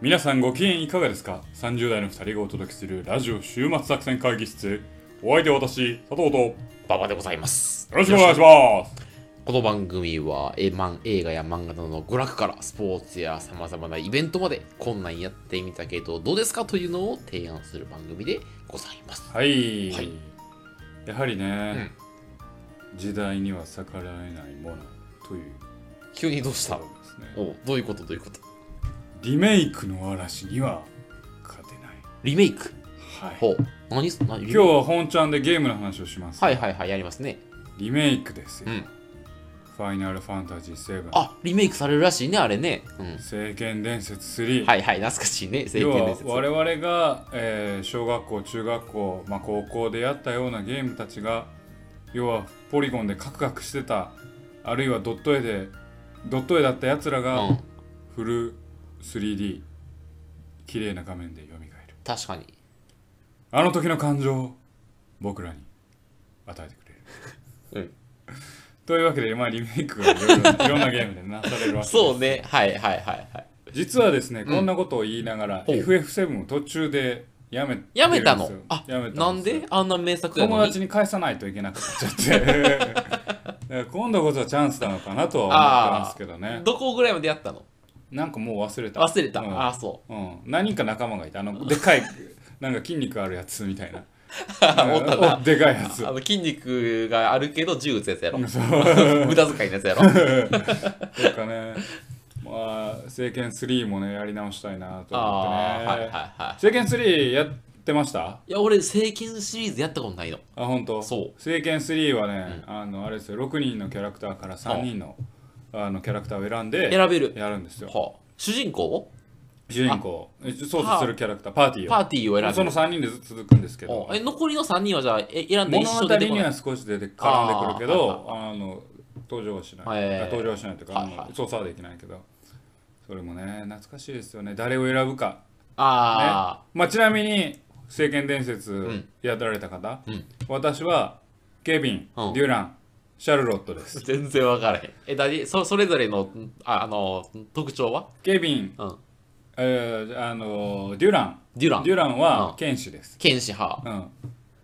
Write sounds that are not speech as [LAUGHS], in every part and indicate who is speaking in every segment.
Speaker 1: 皆さんご機嫌いかがですか ?30 代の2人がお届けするラジオ週末作戦会議室お相手は私佐藤とよ
Speaker 2: 馬場でございます。
Speaker 1: ろしくお願いします
Speaker 2: この番組は、え、マン、映画や漫画などの娯楽から、スポーツや様々なイベントまで、こんなんやってみたけど、どうですかというのを提案する番組でございます。
Speaker 1: はい、
Speaker 2: はい
Speaker 1: やはりね、時代には逆らえないものという
Speaker 2: 急にどうし
Speaker 1: と
Speaker 2: た
Speaker 1: ころですね
Speaker 2: おどういうことどういうこと
Speaker 1: リメイクの嵐には勝てない、
Speaker 2: リメイク
Speaker 1: はい、
Speaker 2: ほう。何す何
Speaker 1: 今日は本ちゃんでゲームの話をします、
Speaker 2: はいはいはい、やりますね。
Speaker 1: リメイクですよ、
Speaker 2: うん
Speaker 1: ファイナルファンタジー7
Speaker 2: あ、リメイクされるらしいね、あれね。うん。
Speaker 1: 聖剣伝説3、
Speaker 2: はいはい、懐かしいね、聖
Speaker 1: 要
Speaker 2: 剣
Speaker 1: は
Speaker 2: 伝説。
Speaker 1: 我々が、えー小学校中学校、まあ、高校でやったようなゲームたちが要はポリゴンでカクカクしてたあるいはドット絵でドット絵だったやつら
Speaker 2: う
Speaker 1: が
Speaker 2: ん。
Speaker 1: フル 3D 綺麗な画面で蘇る
Speaker 2: 確かに。
Speaker 1: あの時の感情を僕らに与えてくれる、
Speaker 2: うん
Speaker 1: [LAUGHS] というわけで、まあ、リメイクがいろいろいろんなゲームでなされるわけです
Speaker 2: そうね、はいはいはいはい。
Speaker 1: 実はですね、こんなことを言いながら
Speaker 2: ほう
Speaker 1: FF7 を途中でやめ
Speaker 2: やめたの
Speaker 1: てるんですよ
Speaker 2: あ
Speaker 1: やめたですよ
Speaker 2: なんであんな名作やのに
Speaker 1: 友達に返さないといけなくなっちゃって
Speaker 2: [LAUGHS]
Speaker 1: だから今度こそはチャンスなのかなとは思ってますけどね
Speaker 2: どこぐらいまでやったの
Speaker 1: なんかもう忘れた
Speaker 2: 忘れた。
Speaker 1: うん
Speaker 2: ああ、そ
Speaker 1: うん何人か仲間がいてあのでかいなんか筋肉あるやつみた
Speaker 2: [LAUGHS]
Speaker 1: いな [LAUGHS]
Speaker 2: う。思ったな
Speaker 1: お。でかいやつ
Speaker 2: あの筋肉があるけど銃撃つやつやろ
Speaker 1: う。んそう
Speaker 2: [LAUGHS] 無駄遣いのやつ
Speaker 1: [LAUGHS]
Speaker 2: やろ。
Speaker 1: とかねまあ聖剣3もねやり直したいなと
Speaker 2: あ
Speaker 1: 思
Speaker 2: あ、
Speaker 1: っ
Speaker 2: はい
Speaker 1: て
Speaker 2: はい
Speaker 1: ね
Speaker 2: はい。
Speaker 1: 聖剣3やってました
Speaker 2: いや、俺、聖剣シリーズやったことないの。
Speaker 1: あ本当
Speaker 2: そう
Speaker 1: 聖剣3はね、あのあれですよ6人のキャラクターから3人のあのキャラクターを選んで
Speaker 2: 選べる。
Speaker 1: やるんですよ
Speaker 2: はあ、主人公
Speaker 1: 主人公操作するキャラクターパーティーを
Speaker 2: パーティーを選
Speaker 1: そ
Speaker 2: ぶ
Speaker 1: の。3人で続くんですけど
Speaker 2: おえ残りの3人はじゃあえ選んで一
Speaker 1: 物
Speaker 2: 緒
Speaker 1: 語
Speaker 2: 出てこ
Speaker 1: に
Speaker 2: ない
Speaker 1: は少し出て絡んでくるけど
Speaker 2: あ
Speaker 1: あの登場はしない、
Speaker 2: はい
Speaker 1: あ登場はしないというか、
Speaker 2: はいはい
Speaker 1: あの操作はできないけどそれもね懐かしいですよね誰を選ぶか
Speaker 2: あ
Speaker 1: まあ、ちなみに「聖剣伝説
Speaker 2: ん」
Speaker 1: やられた方、
Speaker 2: うん
Speaker 1: 私はケビン、
Speaker 2: うん
Speaker 1: デュランシャルロットです
Speaker 2: あ全然分からへんえだいそそれぞれのああの特徴は
Speaker 1: ケビン、
Speaker 2: うん
Speaker 1: えーあのーデュラン
Speaker 2: デュラ
Speaker 1: デュ
Speaker 2: ン
Speaker 1: ランは
Speaker 2: うん
Speaker 1: 剣士です、
Speaker 2: 剣士派
Speaker 1: うん、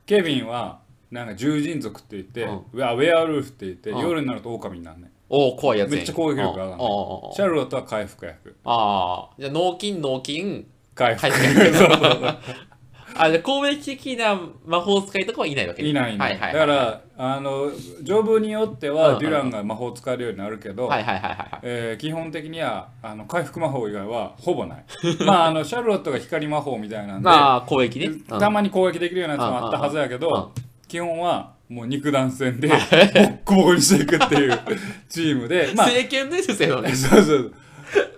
Speaker 1: ケビンはなんか獣人族って言って、
Speaker 2: うん
Speaker 1: ウェアウェアルーフって言って、
Speaker 2: うん
Speaker 1: 夜になると狼になんねん
Speaker 2: おお怖いやつやん
Speaker 1: めっちゃ攻撃力が上がる
Speaker 2: うんうんうんうん
Speaker 1: シャルロットは回復役
Speaker 2: ああじゃあ脳筋脳筋
Speaker 1: 回復
Speaker 2: 回復 [LAUGHS]
Speaker 1: 役そうそうそう
Speaker 2: あじゃあ攻撃的な魔法使いとかはいないわけ
Speaker 1: [LAUGHS]
Speaker 2: ね
Speaker 1: いないいない、
Speaker 2: はいは
Speaker 1: だ
Speaker 2: いは
Speaker 1: か
Speaker 2: い
Speaker 1: らあの条文によって
Speaker 2: うん
Speaker 1: は
Speaker 2: うん
Speaker 1: デュランが魔法を使えるようになるけど、
Speaker 2: はいはいはいはいはい
Speaker 1: えー基本的にはあの回復魔法以外はほぼない [LAUGHS] まああのシャルロットが光魔法みたいなんで
Speaker 2: まあ攻撃ね、うん
Speaker 1: たまに攻撃できるようなやつもあったはずやけ
Speaker 2: うんうん
Speaker 1: ど基本はもう肉弾戦でボッコボコにしていくっていうチーム
Speaker 2: [LAUGHS]
Speaker 1: でまあ
Speaker 2: 聖剣伝
Speaker 1: [LAUGHS]
Speaker 2: 説やのね
Speaker 1: そうそう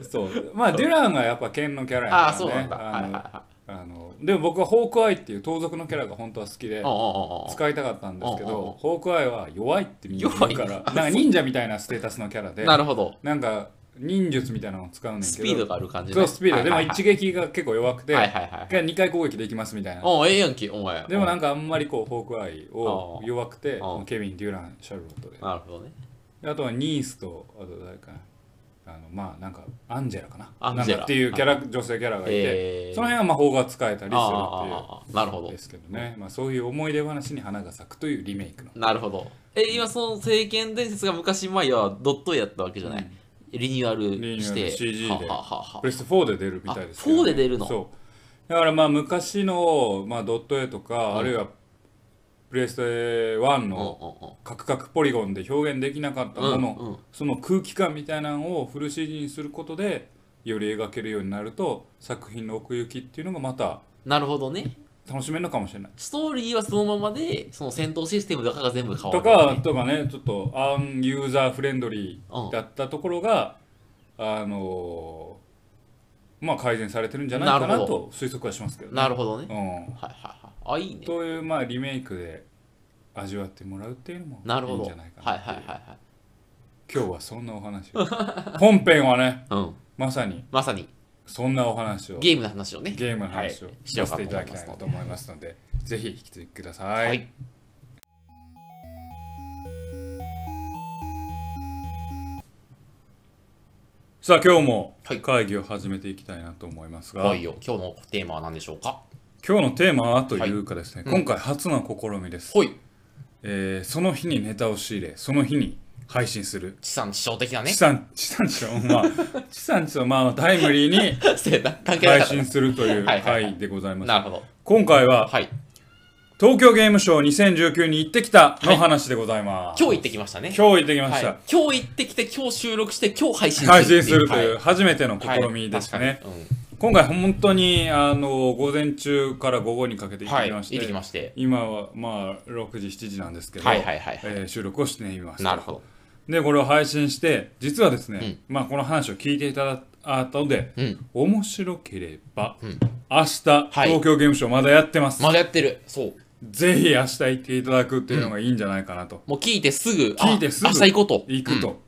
Speaker 1: そうそうまあデュランがやっぱ剣のキャラや
Speaker 2: ああ
Speaker 1: か
Speaker 2: そう
Speaker 1: ら
Speaker 2: なん
Speaker 1: ね
Speaker 2: だはいはい
Speaker 1: あ
Speaker 2: は
Speaker 1: のあのでも僕はホークアイっていう盗賊のキャラが本当は好きで
Speaker 2: いおうおうおうおう
Speaker 1: 使いたかったんですけ
Speaker 2: うんうんうん
Speaker 1: どホークアイは弱いってみんな言うから
Speaker 2: 弱い
Speaker 1: なんか忍者みたいなステータスのキャラで
Speaker 2: なるほど
Speaker 1: なんか忍術みたいなのを使うんだけど
Speaker 2: スピードがある感じね
Speaker 1: そうスピードでも
Speaker 2: はいはい
Speaker 1: 一撃が結構弱くて
Speaker 2: はいはいはいはい
Speaker 1: 2回攻撃できますみたいな
Speaker 2: おうええやんけお前
Speaker 1: でもなん
Speaker 2: か
Speaker 1: かあんまりこうフォークアイを
Speaker 2: あー
Speaker 1: 弱くて
Speaker 2: あー
Speaker 1: ケビン・デュラン・シャルロットで
Speaker 2: なるほどね
Speaker 1: であとはニースとあと誰かなあのまあなんかアンジェラかな
Speaker 2: アンジェラ
Speaker 1: なんかっていうキャラ女性キャラがい
Speaker 2: へ
Speaker 1: て
Speaker 2: ー
Speaker 1: その辺は魔法が使えたりするっ
Speaker 2: ああなるほ
Speaker 1: ていう
Speaker 2: ど
Speaker 1: ですけどねまあそういう思い出話に花が咲くというリメイクの
Speaker 2: なるほどえ今その聖剣伝説が昔前はドット絵やったわけじゃない、
Speaker 1: うん
Speaker 2: リニューア
Speaker 1: リニ
Speaker 2: ル
Speaker 1: ュー
Speaker 2: し
Speaker 1: アル
Speaker 2: て
Speaker 1: CG で
Speaker 2: はははは
Speaker 1: プレステ4で出るみたいですけど
Speaker 2: あ4で出るの
Speaker 1: そうだからまあ昔の、まあ、ドット絵とか、
Speaker 2: ん
Speaker 1: あるいはプレステ1
Speaker 2: うんうん
Speaker 1: の
Speaker 2: うん
Speaker 1: カクカクポリゴンで表現できなかったもの、
Speaker 2: うんうん
Speaker 1: その空気感みたいなのをフル CG にすることでより描けるようになると作品の奥行きっていうのがまた
Speaker 2: なるほどね
Speaker 1: 楽しめるのかもしれない。
Speaker 2: ストーリーはそのままでその戦闘システムとかが全部変わる
Speaker 1: とかとかねちょっとアンユーザーフレンドリ
Speaker 2: うん
Speaker 1: ーだったところが、あのーまあ改善されてるんじゃないか
Speaker 2: なる
Speaker 1: な
Speaker 2: ほ
Speaker 1: と推測はしますけどね。
Speaker 2: なるほどね、
Speaker 1: うん、
Speaker 2: はいはいはいあいいね
Speaker 1: というまあリメイクで味わってもらうっていうのも
Speaker 2: なる
Speaker 1: い
Speaker 2: ほ
Speaker 1: いん
Speaker 2: ど
Speaker 1: じゃないかな
Speaker 2: はいはいはいはい
Speaker 1: 今日はそんなお話を本編はね
Speaker 2: うん
Speaker 1: まさに
Speaker 2: まさに
Speaker 1: そんなお話をゲ
Speaker 2: ゲームの話をね
Speaker 1: ームの話を
Speaker 2: はいしよ
Speaker 1: さ
Speaker 2: う
Speaker 1: せて
Speaker 2: かと
Speaker 1: い
Speaker 2: 思
Speaker 1: ただ
Speaker 2: い
Speaker 1: き
Speaker 2: ま
Speaker 1: たい
Speaker 2: すの
Speaker 1: と
Speaker 2: で
Speaker 1: 思いますのでぜひ引き続きください、
Speaker 2: はい
Speaker 1: さあ今日も
Speaker 2: はい
Speaker 1: 会議を始めていきたいなと思いますが、
Speaker 2: はいよ、今日のテーマは何でしょうか
Speaker 1: 今日のテーマはというかですね、
Speaker 2: はいうん
Speaker 1: 今回初の試みです、
Speaker 2: ほい、
Speaker 1: えーその日にネタを仕入れその日に配信する
Speaker 2: 地産地消的なね
Speaker 1: 地。産 [LAUGHS] 地産地消
Speaker 2: [LAUGHS]
Speaker 1: まあ地産地消まあタイムリーに
Speaker 2: せやな関係な
Speaker 1: 配
Speaker 2: かった
Speaker 1: 信するという
Speaker 2: はいはいはい
Speaker 1: 回でございます
Speaker 2: なるほど。
Speaker 1: 今回は
Speaker 2: はい。
Speaker 1: 東京ゲームショウ2019に行ってきたの話でございます、
Speaker 2: 今日行ってきましたね。
Speaker 1: 今日行ってきま
Speaker 2: は
Speaker 1: し
Speaker 2: い
Speaker 1: た、
Speaker 2: 今日行ってきて、今日収録して、今日配信
Speaker 1: 配
Speaker 2: する
Speaker 1: 信す
Speaker 2: ってい
Speaker 1: る
Speaker 2: う。
Speaker 1: というう初めての
Speaker 2: はい
Speaker 1: 試みですね、
Speaker 2: はい確かに
Speaker 1: 今回本当にあの午前中から午後にかけて
Speaker 2: うん
Speaker 1: 行っ
Speaker 2: は
Speaker 1: て
Speaker 2: い。
Speaker 1: き
Speaker 2: 行
Speaker 1: ま
Speaker 2: っ
Speaker 1: して、
Speaker 2: てきまして。
Speaker 1: 今はまあ6時7時なんですけど、
Speaker 2: はいはいはいは
Speaker 1: えー収録をしています
Speaker 2: い。なるほど。
Speaker 1: でこれを配信して実はですね、まあこの話を聞いていただいた後で、
Speaker 2: うん。
Speaker 1: 面白ければ、
Speaker 2: ん
Speaker 1: 明日、東京ゲームショウまだやってます、
Speaker 2: まだやってる。そう。
Speaker 1: ぜひ明日行っていただくっていうのがいいんじゃないかなと、
Speaker 2: もう聞いてすぐ、あ
Speaker 1: 聞いてすぐ
Speaker 2: 明日行こうと。
Speaker 1: 行くと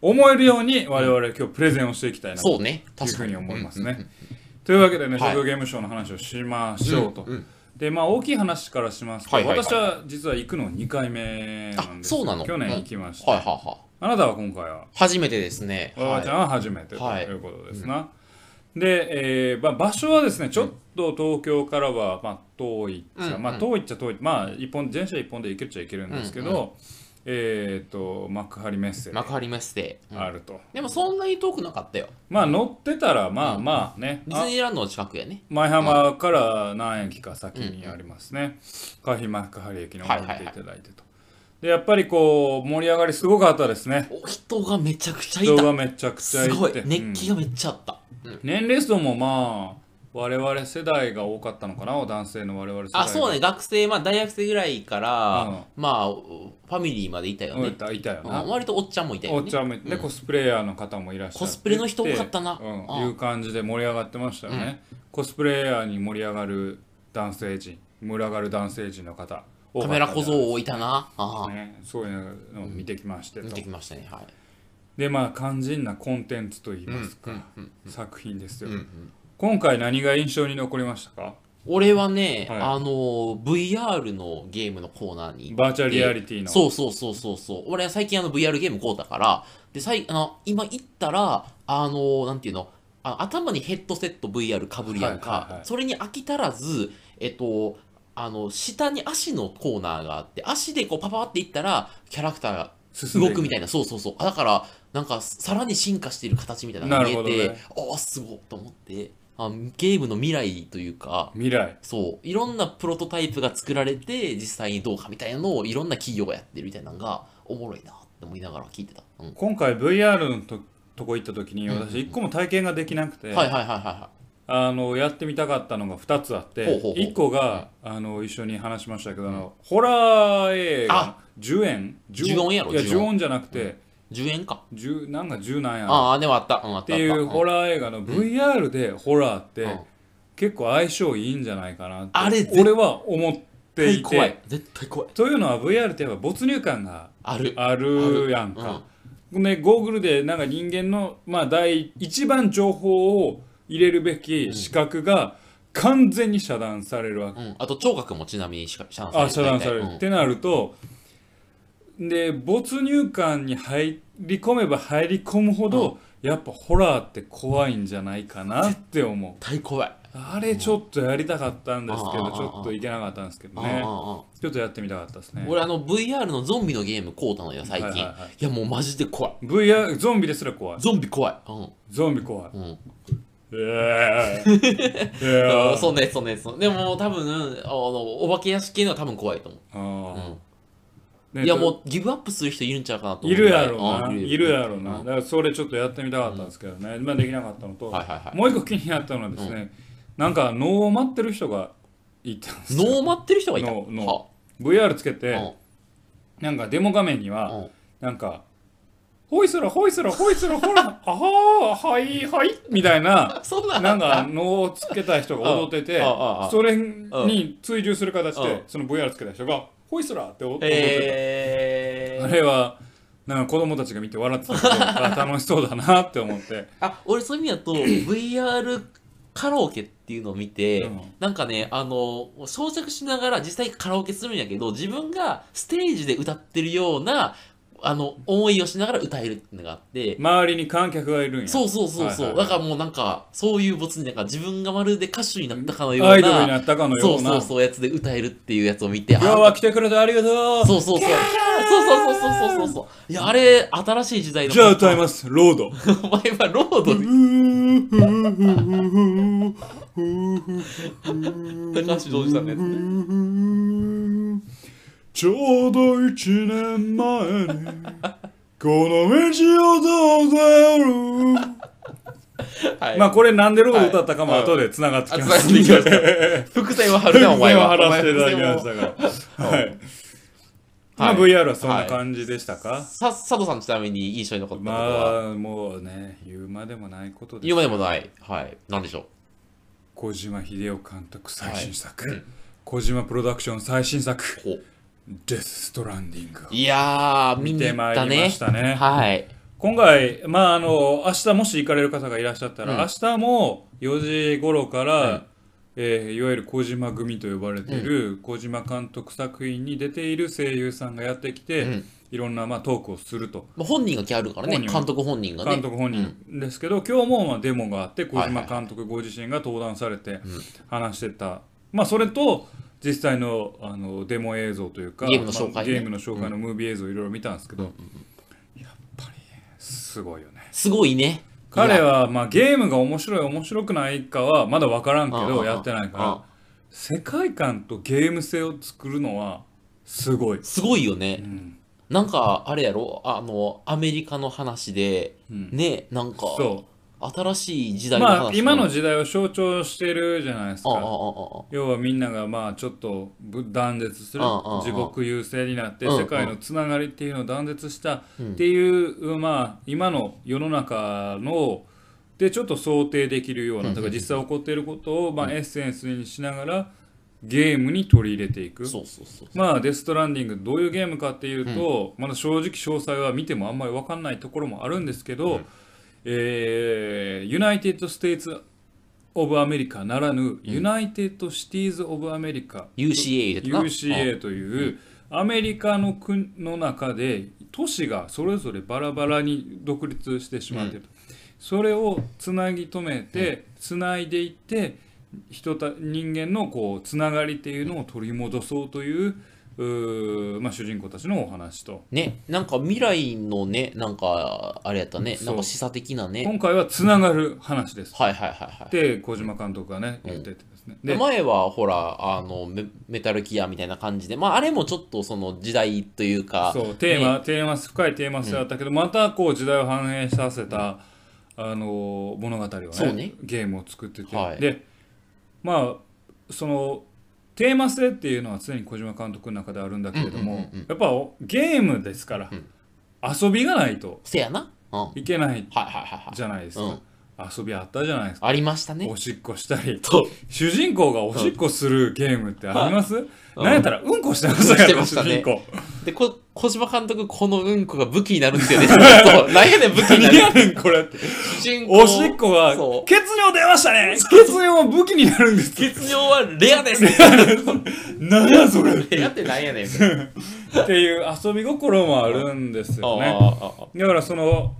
Speaker 1: 思えるように我々今日プレゼンをしていきたいな
Speaker 2: そ
Speaker 1: と
Speaker 2: うね。
Speaker 1: いう
Speaker 2: 確
Speaker 1: ふ
Speaker 2: か
Speaker 1: う
Speaker 2: に。
Speaker 1: に思いますね。というわけでね、
Speaker 2: はい
Speaker 1: 東京ゲームショウの話をしましょうと。
Speaker 2: うんうん
Speaker 1: でまあ、大きい話からしますと、
Speaker 2: はいはいはい
Speaker 1: 私は実は行くの2回目なんです
Speaker 2: あそうなの
Speaker 1: 去年行きました、
Speaker 2: はいはいはい。
Speaker 1: あなたは今回は
Speaker 2: 初めてですね。
Speaker 1: わわちゃ
Speaker 2: は
Speaker 1: んは初めてと
Speaker 2: はい
Speaker 1: いうことですな。で、えーまあ、場所はですねちょっと東京からは、まあ、遠いっちゃ、
Speaker 2: うん
Speaker 1: まあ、遠いっちゃ遠い、まあ、一本電車一本で行けるっちゃ行けるんですけど、
Speaker 2: うんう
Speaker 1: えっ、と幕張メッセ
Speaker 2: い。幕張メッセ。うん
Speaker 1: あると、
Speaker 2: でもそんなに遠くなかったよ。
Speaker 1: まあ乗ってたらまあまあね、
Speaker 2: ディズ
Speaker 1: あ
Speaker 2: ニーランドの近くやね。
Speaker 1: 舞浜から何駅か先にありますね海浜幕張駅の方に乗っていただいてと。でやっぱりこう盛り上がりすごかったですね
Speaker 2: お人がめちゃくちゃい
Speaker 1: 人が
Speaker 2: た。
Speaker 1: めちゃくちゃ
Speaker 2: す
Speaker 1: いて
Speaker 2: ごい。
Speaker 1: うん
Speaker 2: 熱気がめっちゃあった。うん
Speaker 1: 年齢層もまあ我々世代が多かったのかな男性の我々世代が
Speaker 2: あ、そうね。学生、まあ大学生ぐらいから、まあ、ファミリーまでいたよ
Speaker 1: うんい
Speaker 2: ね。
Speaker 1: たいたよ
Speaker 2: う
Speaker 1: なん
Speaker 2: 割とおっちゃんもいた
Speaker 1: お
Speaker 2: よ
Speaker 1: っ
Speaker 2: ね
Speaker 1: ち。ゃんもいてでコスプレイヤーの方もいらっしゃって
Speaker 2: コスプレの人多かったな
Speaker 1: うん
Speaker 2: ああ
Speaker 1: いう感じで盛り上がってましたよねコスプレイヤーに盛り上がる男性陣群がる男性陣の方
Speaker 2: カメラ小
Speaker 1: 多かっ
Speaker 2: 僧をいたな。あ
Speaker 1: た
Speaker 2: あ、
Speaker 1: ねそういうのを見てきまして
Speaker 2: 見
Speaker 1: と
Speaker 2: てきましたね。はい。
Speaker 1: でまあ肝心なコンテンツといいます
Speaker 2: う
Speaker 1: か
Speaker 2: んうん
Speaker 1: 作品です
Speaker 2: う
Speaker 1: よ
Speaker 2: んうん
Speaker 1: 今回何が印象に残りましたか
Speaker 2: 俺はね、
Speaker 1: はい
Speaker 2: あの、VR のゲームのコーナーに行って
Speaker 1: バーチャルリアリティの
Speaker 2: そうそうそうそうそう。俺は最近あの VR ゲームこうだから、で、さいあの今行ったら、あの、なんていうの、あ頭にヘッドセット VR かぶるやんか、
Speaker 1: はいはいはい
Speaker 2: それに飽き足らず、えっと、あの、下に足のコーナーがあって、足でこうパパっていったら、キャラクターが
Speaker 1: 進んで
Speaker 2: 動
Speaker 1: い
Speaker 2: くみたいな、そうそうそう。あだから、なんか、さらに進化している形みたいなのが見え
Speaker 1: な
Speaker 2: て、
Speaker 1: るほ
Speaker 2: ああ、すごいと思ってあ、ゲームの未来というか、
Speaker 1: 未来
Speaker 2: そういろんなプロトタイプが作られて実際にどうかみたいなのをいろんな企業がやってるみたいなのがおもろいなって思いながら聞いてた、うんはい
Speaker 1: 今回 VR のととこ行った時に私一個も体験ができなくて、
Speaker 2: はいはいはいは
Speaker 1: あのやってみたかったのが2つあって
Speaker 2: ほうほうほう
Speaker 1: 1個があの一緒に話しましたけど、あのホラー映画
Speaker 2: あ
Speaker 1: 10円
Speaker 2: 呪音やろ
Speaker 1: いや
Speaker 2: 呪
Speaker 1: 10
Speaker 2: 音
Speaker 1: 音じゃなくて、
Speaker 2: い10円か
Speaker 1: 10なんか10なんやろっ
Speaker 2: ああでもあったうんあったあって
Speaker 1: いう
Speaker 2: たう
Speaker 1: ホ
Speaker 2: ん
Speaker 1: ラー映画の VR でホラーって
Speaker 2: うん
Speaker 1: 結構相性いいんじゃないかなって
Speaker 2: あれ絶対
Speaker 1: 俺は思ってい
Speaker 2: 絶対怖
Speaker 1: て
Speaker 2: い絶対怖い
Speaker 1: というのは VR ってやっぱ没入感が
Speaker 2: ある
Speaker 1: あるやんか、ね、ゴーグルでなんか人間の、まあ、第一番情報を入れるべき視覚が完全に遮断されるわけ、
Speaker 2: うんあと聴覚もちなみにしか遮断され
Speaker 1: あ
Speaker 2: る
Speaker 1: 遮断される、
Speaker 2: 大
Speaker 1: っ
Speaker 2: 体
Speaker 1: てなるとで没入感に入り込めば入り込むほど、やっぱホラーって怖いんじゃないかなって思う
Speaker 2: 絶対怖い
Speaker 1: あれちょっとやりたかったんですけど、
Speaker 2: うん
Speaker 1: ちょっといけなかったんですけど
Speaker 2: うん
Speaker 1: ね
Speaker 2: うんうん
Speaker 1: ちょっとやってみたかったですね
Speaker 2: 俺あの VR のゾンビのゲームこうたのよ最近
Speaker 1: はいいはいはい
Speaker 2: やもうマジで怖い
Speaker 1: VR ゾンビですら怖い
Speaker 2: ゾンビ怖いうん
Speaker 1: ゾンビ怖い
Speaker 2: うん
Speaker 1: ええ
Speaker 2: [LAUGHS] うんそうねそうねそうでも多分あのお化け屋敷系のは多分怖いと思う
Speaker 1: ああ
Speaker 2: いやもうギブアップする人いるんちゃうかなと
Speaker 1: いるやろうな
Speaker 2: うん
Speaker 1: いるやろうなだ
Speaker 2: ん
Speaker 1: からそれちょっとやってみたかったんですけどねまあできなかったのと
Speaker 2: はいはいはい
Speaker 1: もう一個気になったのはですねなんか能を待ってる人がいたんですよ
Speaker 2: 脳待ってる人がいた
Speaker 1: 脳脳
Speaker 2: は
Speaker 1: VR つけ
Speaker 2: うん
Speaker 1: てなんかデモ画面には
Speaker 2: うん
Speaker 1: なんか「ほいそらほいそらほいそらほらああはいはい」みたいな
Speaker 2: そんな
Speaker 1: なんか能をつけた人が踊ってて
Speaker 2: あああ
Speaker 1: それに追従する形でその VR つけた人が「ほいそら」って踊ってて。
Speaker 2: え
Speaker 1: あ
Speaker 2: ー
Speaker 1: れはなんか子供たちが見て笑ってたけ
Speaker 2: [LAUGHS]
Speaker 1: どあ楽しそうだなって思って
Speaker 2: あ俺そういう意味だと VR カラオケっていうのを見て、
Speaker 1: うん
Speaker 2: なんかねあの装着しながら実際カラオケするんやけど自分がステージで歌ってるようなあの思いをしながら歌えるっていうのがあって、
Speaker 1: 周りに観客がいるんや
Speaker 2: そうそうそうそう、
Speaker 1: はいはいはい
Speaker 2: だからもうなんかそういう没になんか自分がまるで歌手になったかのような
Speaker 1: アイドルになったかの
Speaker 2: そ
Speaker 1: よ
Speaker 2: う
Speaker 1: う
Speaker 2: そ
Speaker 1: な
Speaker 2: うそうやつで歌えるっていうやつを見て
Speaker 1: 今日
Speaker 2: あ
Speaker 1: は来てくれてありがとう
Speaker 2: そうそうそうそうそうそうそうそうそういやあれ新しい時代の
Speaker 1: じゃあ歌いますロー
Speaker 2: [LAUGHS]
Speaker 1: ド
Speaker 2: すお前はロードで
Speaker 1: 高
Speaker 2: 橋同時さんのやつ
Speaker 1: ねちょうど一年前にこの道を通れる
Speaker 2: はい
Speaker 1: まあこれなんでロード歌ったかも後で繋がってき
Speaker 2: あ
Speaker 1: ま
Speaker 2: つ
Speaker 1: す、
Speaker 2: なぎに行きました副題は張るなお前は
Speaker 1: は払っていただきま
Speaker 2: お前は伏線を
Speaker 1: したがはいま
Speaker 2: は
Speaker 1: あ
Speaker 2: い
Speaker 1: VR はそんな感じでしたか
Speaker 2: さ佐藤さんちなみに印象に残ったことは、
Speaker 1: まあもうね言うまでもないことで
Speaker 2: 言うまでもないはいなんでしょう
Speaker 1: 小島秀夫監督最新作、小島プロダクション最新作
Speaker 2: ほう
Speaker 1: 「デス・ストランディング」
Speaker 2: いやー
Speaker 1: 見
Speaker 2: 見に
Speaker 1: て
Speaker 2: 行
Speaker 1: ま
Speaker 2: っ
Speaker 1: い
Speaker 2: た
Speaker 1: りま
Speaker 2: ね
Speaker 1: したね
Speaker 2: はい
Speaker 1: 今回まああの明日もし行かれる方がいらっしゃったら、
Speaker 2: うん
Speaker 1: 明日も4時頃から、
Speaker 2: うん
Speaker 1: えーいわゆる小島組と呼ばれている小島監督作品に出ている声優さんがやってきて、
Speaker 2: うん
Speaker 1: いろんな、まあ、トークをすると、
Speaker 2: まあ本人が来あるからね
Speaker 1: 本人
Speaker 2: 監督本人がね
Speaker 1: 監督本人ですけど、今日もまあデモがあって小島監督ご自身が登壇されて話してた、まあそれと実際のあのデモ映像というか
Speaker 2: ゲームの紹介ね
Speaker 1: まあゲームの紹介のムービー映像いろいろ見たんですけど、やっぱりすごいよね
Speaker 2: すごいね
Speaker 1: 彼
Speaker 2: いや
Speaker 1: はまあゲームが面白い面白くないかはまだ分からんけ
Speaker 2: うんうんう
Speaker 1: ど
Speaker 2: ん
Speaker 1: やってないか
Speaker 2: うん
Speaker 1: ら世界観とゲーム性を作るのはすごい、
Speaker 2: すごいよ
Speaker 1: う
Speaker 2: ね
Speaker 1: ん
Speaker 2: なんかあれやろあのアメリカの話で
Speaker 1: うん
Speaker 2: ねなんか
Speaker 1: そ
Speaker 2: 新しい時
Speaker 1: う
Speaker 2: 代の話
Speaker 1: まあ今の時代を象徴してるじゃないです
Speaker 2: ああああ
Speaker 1: か要はみんながまあちょっとぶ断絶する
Speaker 2: うんうんうん
Speaker 1: 地獄優勢になって
Speaker 2: うんうん
Speaker 1: 世界のつながりっていうのを断絶したっ
Speaker 2: うん
Speaker 1: ていうまあ今の世の中のでちょっと想定できるよう
Speaker 2: う
Speaker 1: なん
Speaker 2: うん
Speaker 1: と
Speaker 2: うん
Speaker 1: か実際起こっていることをまあエッセンスにしながらゲームに取り入れてい
Speaker 2: あ
Speaker 1: く。
Speaker 2: そうそうそう
Speaker 1: まあ、デストランディングどういうゲームかっていうと、まだ正直詳細は見てもあんまり分かんないところもあるんですけど、
Speaker 2: うん
Speaker 1: えー、ユナイテッド・ステイツ・オブ・アメリカならぬ、ユナイテッド・シティーズ・オブ・アメリカ
Speaker 2: UCA 入れてな
Speaker 1: UCA というアメリカの国の中で都市がそれぞれバラバラに独立してしまっていると、それをつなぎ止めてつないでいって人た人間のこうつながりっていうのを取り戻そうといううーまあ、主人公たちのお話と
Speaker 2: ねなんか未来のねなんかあれやったねなんか示唆的なね
Speaker 1: 今回はつながる話です
Speaker 2: はいはいはいはい
Speaker 1: って小島監督がね言っててですね、で
Speaker 2: 前はほらあのメメタルギアみたいな感じでまああれもちょっとその時代というか
Speaker 1: そうテーマ、テーマ深いテーマ性だったけど、またこう時代を反映させた、あのー物語を
Speaker 2: そう
Speaker 1: ね
Speaker 2: ね
Speaker 1: ゲームを作ってて、
Speaker 2: はい
Speaker 1: でまあそのテーマ性っていうのは常に小島監督の中であるんだけれども、
Speaker 2: うんうんうんうん
Speaker 1: やっぱおゲームですから、
Speaker 2: うん
Speaker 1: 遊びがないと
Speaker 2: せやなうんはい
Speaker 1: いけない
Speaker 2: はいはいはい
Speaker 1: じゃないですか、
Speaker 2: うん
Speaker 1: 遊びあったじゃないですか、
Speaker 2: ありましたね
Speaker 1: おしっこしたり
Speaker 2: と
Speaker 1: 主人公がおしっこするゲームってあります、
Speaker 2: うん
Speaker 1: なんやったらうんこしてましたか
Speaker 2: して
Speaker 1: ら、
Speaker 2: まし
Speaker 1: 主
Speaker 2: た
Speaker 1: 人
Speaker 2: ね
Speaker 1: 公
Speaker 2: でこ小島監督このうんこが武器になるんですよね [LAUGHS] そうなんやねん武器にな
Speaker 1: 何 [LAUGHS]
Speaker 2: る
Speaker 1: やねんこれって
Speaker 2: 主人公
Speaker 1: おしっこが
Speaker 2: そう
Speaker 1: 血尿出ましたね血尿は武器になるんです
Speaker 2: 血尿はレアです
Speaker 1: [LAUGHS] なんやそれっ
Speaker 2: レアってなんやねんみたいな
Speaker 1: ていう遊び心もあるんですよね
Speaker 2: あ
Speaker 1: だからその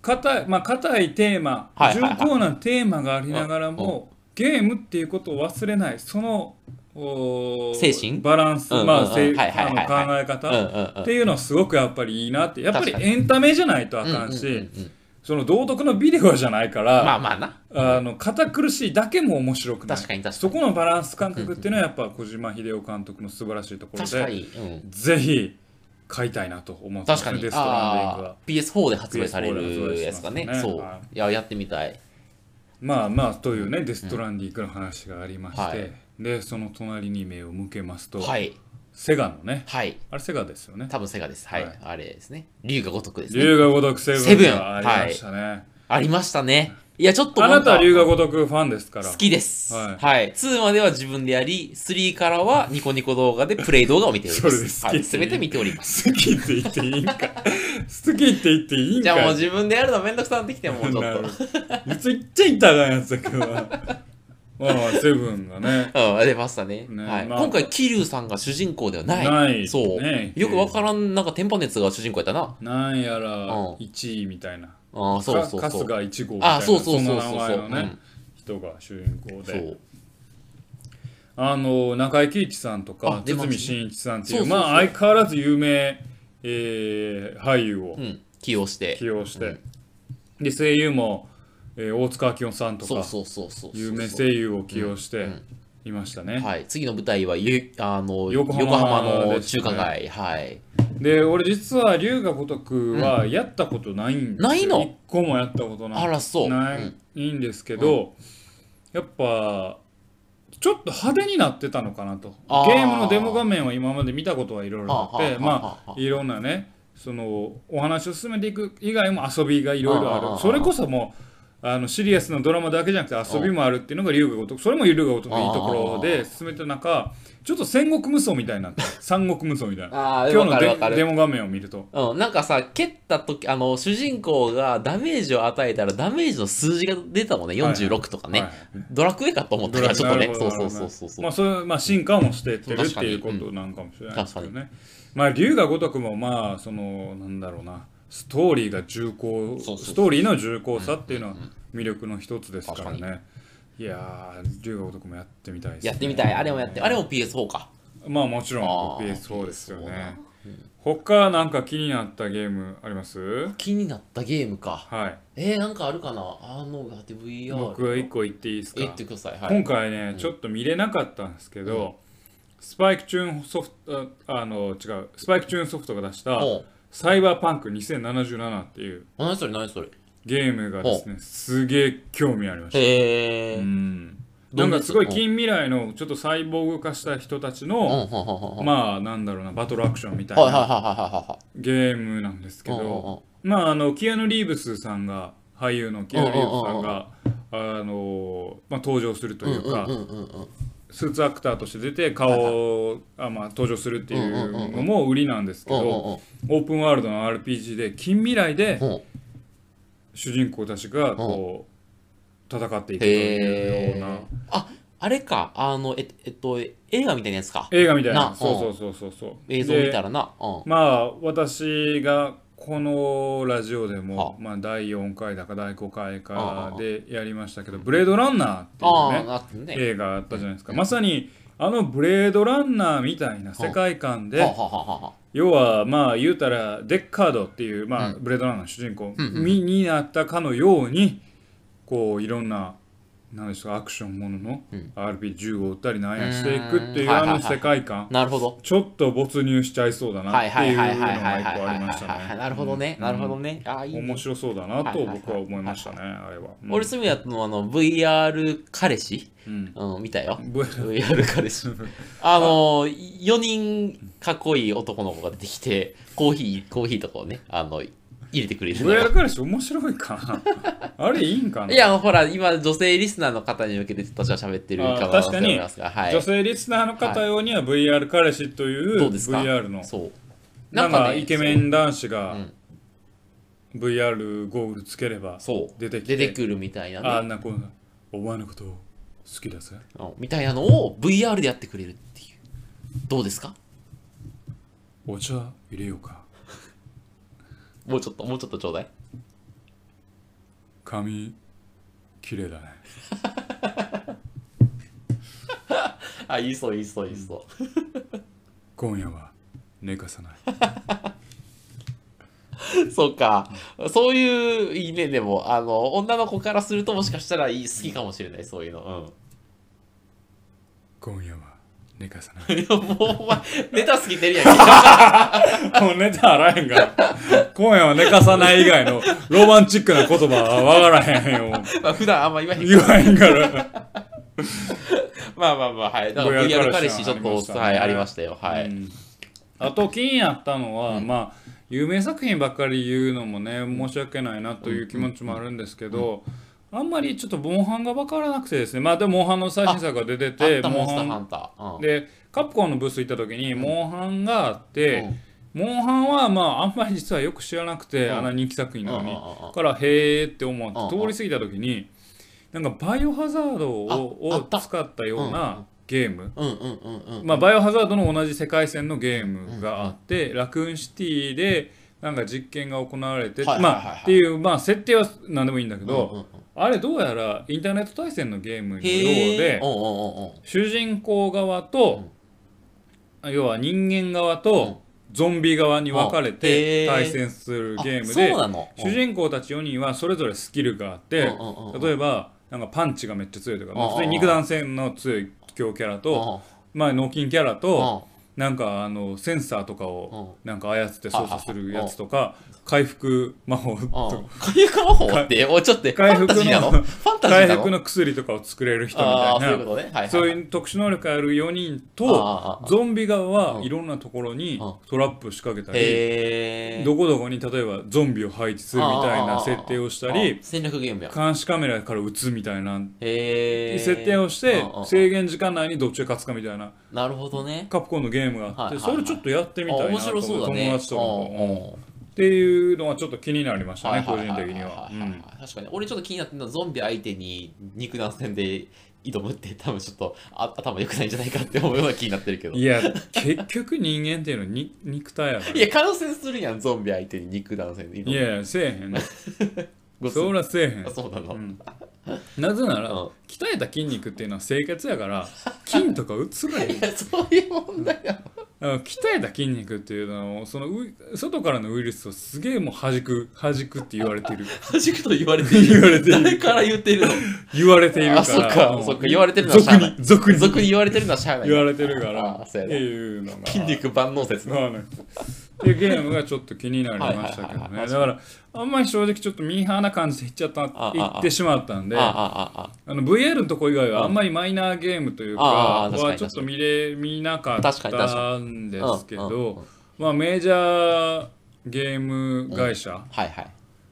Speaker 1: 硬いまあ硬いテーマ
Speaker 2: はいはい
Speaker 1: 重
Speaker 2: はい
Speaker 1: 厚なテーマがありながらもゲームっていうことを忘れないそのお
Speaker 2: 精神
Speaker 1: バランス
Speaker 2: うんうんうん
Speaker 1: まあせ
Speaker 2: はいはい
Speaker 1: あ
Speaker 2: はい
Speaker 1: の考
Speaker 2: は
Speaker 1: え
Speaker 2: あああうん
Speaker 1: 方
Speaker 2: うんうん
Speaker 1: っていうのはすごくやっぱりいいなってやっぱり
Speaker 2: 確か
Speaker 1: エンタメじゃないとあかん
Speaker 2: うんうん
Speaker 1: し
Speaker 2: うんうん
Speaker 1: その道徳のビデオじゃないから
Speaker 2: まあまあな
Speaker 1: あの堅苦しいだけも面白くない
Speaker 2: 確かに確かに
Speaker 1: そこのバランス感覚っていうのはやっぱ小島秀夫監督の素晴らしいところ
Speaker 2: 確か
Speaker 1: で
Speaker 2: にうん
Speaker 1: ぜひ買いたいなと思ってま
Speaker 2: 確
Speaker 1: す
Speaker 2: かに
Speaker 1: デストランディング
Speaker 2: あ
Speaker 1: は
Speaker 2: ー PS4 で発売され
Speaker 1: PS4 で発売
Speaker 2: る
Speaker 1: し
Speaker 2: や
Speaker 1: ま
Speaker 2: つ
Speaker 1: す
Speaker 2: か
Speaker 1: よ
Speaker 2: ね
Speaker 1: ね
Speaker 2: そう
Speaker 1: はい
Speaker 2: いややってみたい
Speaker 1: まあまあというねデストランディングの話がありまして、
Speaker 2: はい
Speaker 1: でその隣に目を向けますと、
Speaker 2: はい
Speaker 1: セガのね
Speaker 2: はい
Speaker 1: あれセガですよね
Speaker 2: 多分セガです。はい。
Speaker 1: はい
Speaker 2: あれですね。竜が如くですね。
Speaker 1: 龍が如くセブンがありましたね、
Speaker 2: ありましたね。いや、ちょっと
Speaker 1: あな
Speaker 2: なんか
Speaker 1: たは龍が如くファンですから
Speaker 2: 好きです。は。
Speaker 1: はいい
Speaker 2: 2までは自分でやり、3からはニコニコ動画でプレイ動画を見ており
Speaker 1: [LAUGHS]
Speaker 2: ま。
Speaker 1: それですす
Speaker 2: はい。すべて見ており
Speaker 1: [LAUGHS]
Speaker 2: ます。
Speaker 1: 好きって言っていいんか好きって言っていいん
Speaker 2: じ
Speaker 1: か
Speaker 2: ゃあもう自分でやるのめんどくさなってきてもうちょっ
Speaker 1: なる
Speaker 2: と。
Speaker 1: ほどいつ言っちゃいたがんやつだけどなああセブンがね
Speaker 2: うん、出ましたね。
Speaker 1: ね
Speaker 2: はい、
Speaker 1: まあ
Speaker 2: 今回、桐生さんが主人公ではない。
Speaker 1: ない
Speaker 2: そう、
Speaker 1: ね
Speaker 2: よくわからん、なんか天パ熱が主人公やったな。
Speaker 1: なんや
Speaker 2: うん
Speaker 1: ら1位みたいな
Speaker 2: ああ、そうそう
Speaker 1: か
Speaker 2: そう。
Speaker 1: 春日一号みたいな
Speaker 2: あそうそうそうそう
Speaker 1: の名
Speaker 2: そう。
Speaker 1: 前のね、
Speaker 2: うん
Speaker 1: 人が主人公
Speaker 2: そ
Speaker 1: で
Speaker 2: う
Speaker 1: あの中井貴一さんと
Speaker 2: あ
Speaker 1: か
Speaker 2: 出ますね
Speaker 1: 堤真一さんっていう
Speaker 2: そうそうそう
Speaker 1: まあ相変わらず有名、えー俳優を
Speaker 2: うん、起用して。
Speaker 1: 起用して、で声優も、えー大塚明夫さんと
Speaker 2: そう
Speaker 1: か
Speaker 2: そうそうそうそう。
Speaker 1: 有名声優を起用して
Speaker 2: うんうん
Speaker 1: いましたね、
Speaker 2: はい、次の舞台はゆあの横
Speaker 1: 横
Speaker 2: 浜
Speaker 1: 浜
Speaker 2: の
Speaker 1: です
Speaker 2: 中
Speaker 1: ね
Speaker 2: 華街、はい
Speaker 1: で俺実は龍が如くはやったことないんですよ、
Speaker 2: ないの
Speaker 1: 一個もやったことない
Speaker 2: あらそう
Speaker 1: ない,、
Speaker 2: うん
Speaker 1: んですけど、やっぱちょっと派手になってたのかなと
Speaker 2: あー
Speaker 1: ゲームのデモ画面は今まで見たことはいろいろあって
Speaker 2: はあはあは
Speaker 1: ま
Speaker 2: あ
Speaker 1: あいろんなねそのお話を進めていく以外も遊びがいろいろ
Speaker 2: あー
Speaker 1: あ
Speaker 2: あー
Speaker 1: るそれこそもうあのシリアスなドラマだけじゃなくて遊びもあるっていうのが龍が如くそれも龍が如くのいいところで進めてる中ちょっと戦国無双みたいにな
Speaker 2: [LAUGHS]
Speaker 1: って三国無双みたいな
Speaker 2: ああ
Speaker 1: 今
Speaker 2: わ
Speaker 1: 日
Speaker 2: か
Speaker 1: のデ
Speaker 2: るわか
Speaker 1: デ
Speaker 2: る
Speaker 1: モ画面を見ると
Speaker 2: うん、なんかさ蹴った時あの主人公がダメージを与えたらダメージの数字が出たもんね
Speaker 1: はい
Speaker 2: 46とかね、
Speaker 1: はい
Speaker 2: ドラクエかと思ったからちょっとね
Speaker 1: なるほ
Speaker 2: そ
Speaker 1: ど
Speaker 2: うそうそうそうそう、
Speaker 1: まあ、それまあ進化もしてってるっていうことなんかもしれないですけどね、まあ龍が如くもまあそのなんだろうなストーリーが重厚
Speaker 2: そうそう
Speaker 1: ストーリーの重厚さっていうのは魅力の一つですから
Speaker 2: 確か
Speaker 1: ねいやー龍が如くもやってみたいです、ね、
Speaker 2: やってみたいあれもやってあれも PS4 か
Speaker 1: まあもちろん
Speaker 2: あー
Speaker 1: PS4 ですよね
Speaker 2: PS4
Speaker 1: 他なんか気になったゲームあります
Speaker 2: 気になったゲームか
Speaker 1: はい
Speaker 2: えー、なんかあるかなあのだって VR
Speaker 1: 僕は一個言っていいですか
Speaker 2: え言ってくださいはい
Speaker 1: 今回ね、ちょっと見れなかったんですけど、スパイクチューンソフトああの違うスパイクチューンソフトが出した
Speaker 2: おう
Speaker 1: 「サイバーパンク2077」っていう
Speaker 2: 何それ何それ
Speaker 1: ゲームがですねすげえ興味ありました
Speaker 2: へえ、う、
Speaker 1: うんん
Speaker 2: ど
Speaker 1: なんん
Speaker 2: なやつ
Speaker 1: かすごい近未来のちょっとサイボーグ化した人たち
Speaker 2: はん
Speaker 1: の
Speaker 2: はんはんはんはん
Speaker 1: まあなんだろうなバトルアクションみたい
Speaker 2: はいはいはい
Speaker 1: な
Speaker 2: はいはい
Speaker 1: ゲームなんですけ
Speaker 2: うんうんうん
Speaker 1: どまああのキアヌ・リーブスさんが俳優のキアヌ・リーブスさんがあのまあ登場するというか
Speaker 2: うんうんうんうん
Speaker 1: スーツアクターとして出て顔をあ、まあ、登場するっていうのも売りなんですけ
Speaker 2: うんうん
Speaker 1: どオープンワールドの RPG で近未来で
Speaker 2: うんうん
Speaker 1: 主人公たちがこう戦っていくというような
Speaker 2: へえああれかあのええっとえ映画みたいなやつか
Speaker 1: 映画みたい
Speaker 2: な
Speaker 1: なそうそうそうそうそう
Speaker 2: 映像見た
Speaker 1: で
Speaker 2: らなうん
Speaker 1: まあ私がこのラジオでも
Speaker 2: は、
Speaker 1: まあ、第4回だか第5回
Speaker 2: あ
Speaker 1: か
Speaker 2: あ
Speaker 1: でやりましたけど「ブレードランナー」っていうね
Speaker 2: ああなってね
Speaker 1: 映画あったじゃないですかまさにあの「ブレードランナー」みたいな世界観で
Speaker 2: ははははは
Speaker 1: 要はまあ言うたらデッカードっていうまあ
Speaker 2: う
Speaker 1: ブレードランナーの主人公
Speaker 2: うんうん
Speaker 1: にになったかのようにこういろんな何でしょうアクションものの
Speaker 2: うん
Speaker 1: RP 銃を撃ったりなん
Speaker 2: うーん
Speaker 1: やしていくっていう
Speaker 2: はいは
Speaker 1: あ
Speaker 2: いはい
Speaker 1: の世界観
Speaker 2: なるほど
Speaker 1: ちょっと没入しちゃいそうだな
Speaker 2: はい
Speaker 1: って
Speaker 2: はい
Speaker 1: いうの
Speaker 2: は
Speaker 1: が
Speaker 2: い
Speaker 1: 一
Speaker 2: はいはいはい
Speaker 1: 個
Speaker 2: は
Speaker 1: あ
Speaker 2: い
Speaker 1: りまし
Speaker 2: はい
Speaker 1: た
Speaker 2: は
Speaker 1: ね
Speaker 2: いなるほどね
Speaker 1: うん
Speaker 2: なるほどねああいいね
Speaker 1: 面白そうだなと僕は思いましたね
Speaker 2: は
Speaker 1: あれはうん
Speaker 2: 俺そういう意味だとあの VR 彼氏
Speaker 1: うん
Speaker 2: うん見たよ
Speaker 1: VR
Speaker 2: VR
Speaker 1: [LAUGHS]
Speaker 2: 彼氏あの4人かっこいい男の子が出てきてコーヒーコーヒーとかをねあの入れてくれるのよ
Speaker 1: VR 彼氏面白いかなあれいいんかない
Speaker 2: や、ほら、今、女性リスナーの方に向けて私は喋ってる可能性がありますが、はい。
Speaker 1: 女性リスナーの方用には VR 彼氏という
Speaker 2: どうですか
Speaker 1: VR の
Speaker 2: そう。
Speaker 1: なんかイケメン男子
Speaker 2: う
Speaker 1: が
Speaker 2: ん
Speaker 1: VR ゴーグルつければ
Speaker 2: そうそう
Speaker 1: 出てきて
Speaker 2: 出てくるみたいな、ね
Speaker 1: あんなこうお前のこと好きだぜ
Speaker 2: うんみたいなのを VR でやってくれるっていう。どうですか
Speaker 1: お茶入れようか
Speaker 2: もうちょっと、もうちょっとちょうだい。
Speaker 1: 髪綺麗だね
Speaker 2: [LAUGHS] あ、いいそう、いいそう、いいそう。
Speaker 1: 今夜は寝かさない
Speaker 2: そうか。そういう、いいね、でも、あの、女の子からするともしかしたらいい好きかもしれない、そういうの。
Speaker 1: 今夜は寝かさな
Speaker 2: う [LAUGHS]
Speaker 1: い
Speaker 2: ん。いやもう、お前、ネタすぎ [LAUGHS] てるやん。
Speaker 1: もうネタあらへんが今夜は寝かさない以外のロマンチックな言葉はわからへんよ
Speaker 2: まあ普段あんま言わへんけど
Speaker 1: 言わへんから
Speaker 2: まあまあまあ、はい。だから VR
Speaker 1: VR
Speaker 2: 彼氏ちょっと、はい、ありましたよ。はい。
Speaker 1: うんあと気になったのは、まあ有名作品ばっかり言うのもね申し訳ないなという気持ちもあるんですけど、あんまりちょっとモンハンが分からなくてですねまあでもモンハンの最新作が出て
Speaker 2: あ
Speaker 1: て
Speaker 2: った
Speaker 1: モン
Speaker 2: モンスタ
Speaker 1: ハ
Speaker 2: ーハ
Speaker 1: ン
Speaker 2: ンター。うん
Speaker 1: でカプコンのブース行った時にモンハンがあって、モンハンはまああんまり実はよく知らなくて、
Speaker 2: うん
Speaker 1: あの人気作品なのに、
Speaker 2: うんうんうんうん
Speaker 1: からへーって思
Speaker 2: う
Speaker 1: っ
Speaker 2: んう
Speaker 1: て
Speaker 2: ん
Speaker 1: 通り過ぎた時に、なんかバイオハザードを
Speaker 2: ああ
Speaker 1: を
Speaker 2: った
Speaker 1: 使ったよう
Speaker 2: うんうん
Speaker 1: なゲーム、
Speaker 2: うんうんうんうんうん
Speaker 1: まあ、バイオハザードの同じ世界線のゲームがあって、ラクーンシティでなんか実験が行われて、
Speaker 2: はいはいはいはい
Speaker 1: まあ、っていう、まあ、設定は何でもいいんだけ
Speaker 2: うんうん
Speaker 1: ど、あれどうやらインターネット対戦のゲームのよう
Speaker 2: へー
Speaker 1: で
Speaker 2: うんうんうんうん
Speaker 1: 主人公側と、要は人間側とゾンビ側に分かれ
Speaker 2: うんへ
Speaker 1: て
Speaker 2: ー
Speaker 1: 対戦するゲーム
Speaker 2: あ
Speaker 1: で
Speaker 2: そうなの
Speaker 1: 主人公たち4人はそれぞれスキルがあって
Speaker 2: うんうんうんうん
Speaker 1: 例えばなんかパンチがめっちゃ強いとかま
Speaker 2: う
Speaker 1: あ
Speaker 2: んうん
Speaker 1: 普通に肉弾戦の強い強キャラとまあ脳筋キャラ
Speaker 2: うん
Speaker 1: となんかあのセンサーとかをなんか操って操作するやつとか回復魔法
Speaker 2: うん
Speaker 1: とか
Speaker 2: 回復魔法っておちょっとフ
Speaker 1: 回
Speaker 2: ァ
Speaker 1: 復の
Speaker 2: ンタジーなのファンタ
Speaker 1: [LAUGHS]
Speaker 2: ジー
Speaker 1: 回
Speaker 2: なの
Speaker 1: 復の薬とかを作れる人み
Speaker 2: ああ
Speaker 1: た
Speaker 2: ーそう
Speaker 1: い
Speaker 2: いう
Speaker 1: な
Speaker 2: ことねはいはいはい
Speaker 1: そういう特殊能力ある4人
Speaker 2: あああ
Speaker 1: と
Speaker 2: あ
Speaker 1: ゾンビ側
Speaker 2: う
Speaker 1: は
Speaker 2: ん
Speaker 1: いろんなところに
Speaker 2: うん
Speaker 1: トラップ仕掛けたり
Speaker 2: へー
Speaker 1: どこどこに例えばゾンビを配置するみたいな設定をしたり
Speaker 2: あ戦略ゲームや
Speaker 1: 監視カメラから撃つみたいな
Speaker 2: へー
Speaker 1: 設定をして
Speaker 2: うんうんうん
Speaker 1: 制限時間内にどっちが勝つかみたいな
Speaker 2: なるほどね
Speaker 1: カプコンのゲームがあっ
Speaker 2: はいは
Speaker 1: て
Speaker 2: いはい
Speaker 1: それちょっとやってみ
Speaker 2: あ
Speaker 1: たい
Speaker 2: 面
Speaker 1: なと
Speaker 2: 白
Speaker 1: 思って
Speaker 2: そうだね
Speaker 1: 友達とかも
Speaker 2: うん
Speaker 1: うんっていうのはちょっと気になりました
Speaker 2: はい
Speaker 1: ね
Speaker 2: は
Speaker 1: 個
Speaker 2: いは
Speaker 1: 人
Speaker 2: いはい
Speaker 1: 的にはうん
Speaker 2: 確かに俺ちょっと気になってるのはゾンビ相手に肉弾戦で挑むって多分ちょっとあ頭良くないんじゃないかって思うような気になってるけど
Speaker 1: いや結局人間っていうのはに肉体やから
Speaker 2: [LAUGHS] いや感染するやんゾンビ相手に肉弾戦で挑む
Speaker 1: いやいやせえへん
Speaker 2: ご
Speaker 1: そらせえへん
Speaker 2: あそうなの、
Speaker 1: うんなぜなら
Speaker 2: うん
Speaker 1: 鍛えた筋肉っていうのは清潔やから筋とか移らへん
Speaker 2: いや [LAUGHS] そういう問題や
Speaker 1: あの鍛えた筋肉っていうのはそのウイ外からのウイルスをすげえもう弾く弾くって言われてる
Speaker 2: はじくと言われている
Speaker 1: 言われている
Speaker 2: 誰から言っているの
Speaker 1: 言われているから
Speaker 2: あそっか
Speaker 1: うん
Speaker 2: そっか言われてるのはしゃ
Speaker 1: 俗
Speaker 2: あない
Speaker 1: に俗に
Speaker 2: 俗に言われてるのはしゃあない
Speaker 1: 言われてるか
Speaker 2: あ
Speaker 1: ら
Speaker 2: そうや
Speaker 1: っ
Speaker 2: な
Speaker 1: ていうのが
Speaker 2: 筋肉万能説
Speaker 1: ま
Speaker 2: な
Speaker 1: あねっていうゲームがちょっと気になりましたけど
Speaker 2: はいはいはいは
Speaker 1: ね
Speaker 2: い
Speaker 1: だからあんまり正直ちょっとミーハーな感じでいっちゃった
Speaker 2: あ
Speaker 1: いってしまったんで
Speaker 2: あ
Speaker 1: あ
Speaker 2: あああ
Speaker 1: の VR のとこ以外はあんまりマイナーゲームというか
Speaker 2: ああ確か
Speaker 1: は
Speaker 2: に
Speaker 1: ちょっと見れ見なかったんで
Speaker 2: あ
Speaker 1: すけ
Speaker 2: うんうんうん
Speaker 1: どまあメジャーゲーム会社
Speaker 2: はいはい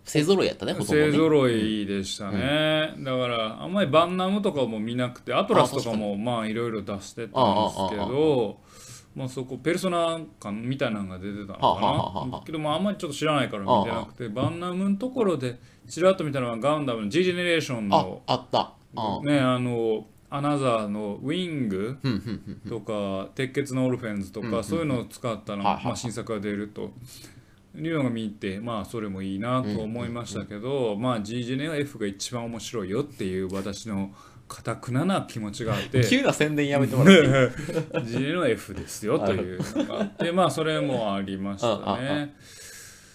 Speaker 2: 勢ぞろいやったねほとんどね
Speaker 1: 勢ぞろいでしたね、だからあんまりバンナムとかも見なくてアトラスとかもまあいろいろ出してたんですけ
Speaker 2: ああああ
Speaker 1: どまあそこペルソナ感みたいなのが出てたの
Speaker 2: はあはあは
Speaker 1: か
Speaker 2: あは
Speaker 1: な
Speaker 2: あ
Speaker 1: けどまああんまりちょっと知らないから見てなくてバンナムのところでちらっと見たのはガンダムの G ジェネレーション
Speaker 2: あ
Speaker 1: の
Speaker 2: あったうん
Speaker 1: ねあのアナザーのウィング
Speaker 2: ふんふんふん
Speaker 1: とか鉄血のオルフェンズとかそういうのを使ったの
Speaker 2: はいはいはい
Speaker 1: まあ新作が出るというのが見てまあそれもいいなと思いましたけどまあ g g n f が一番面白いよっていう私のかたくなな気持ちがあって
Speaker 2: [LAUGHS]
Speaker 1: [LAUGHS]
Speaker 2: 急な宣伝やめてもらって
Speaker 1: g g n f ですよというのがあ
Speaker 2: [LAUGHS]
Speaker 1: ってまあそれもありまし
Speaker 2: うん
Speaker 1: た
Speaker 2: うんう
Speaker 1: ね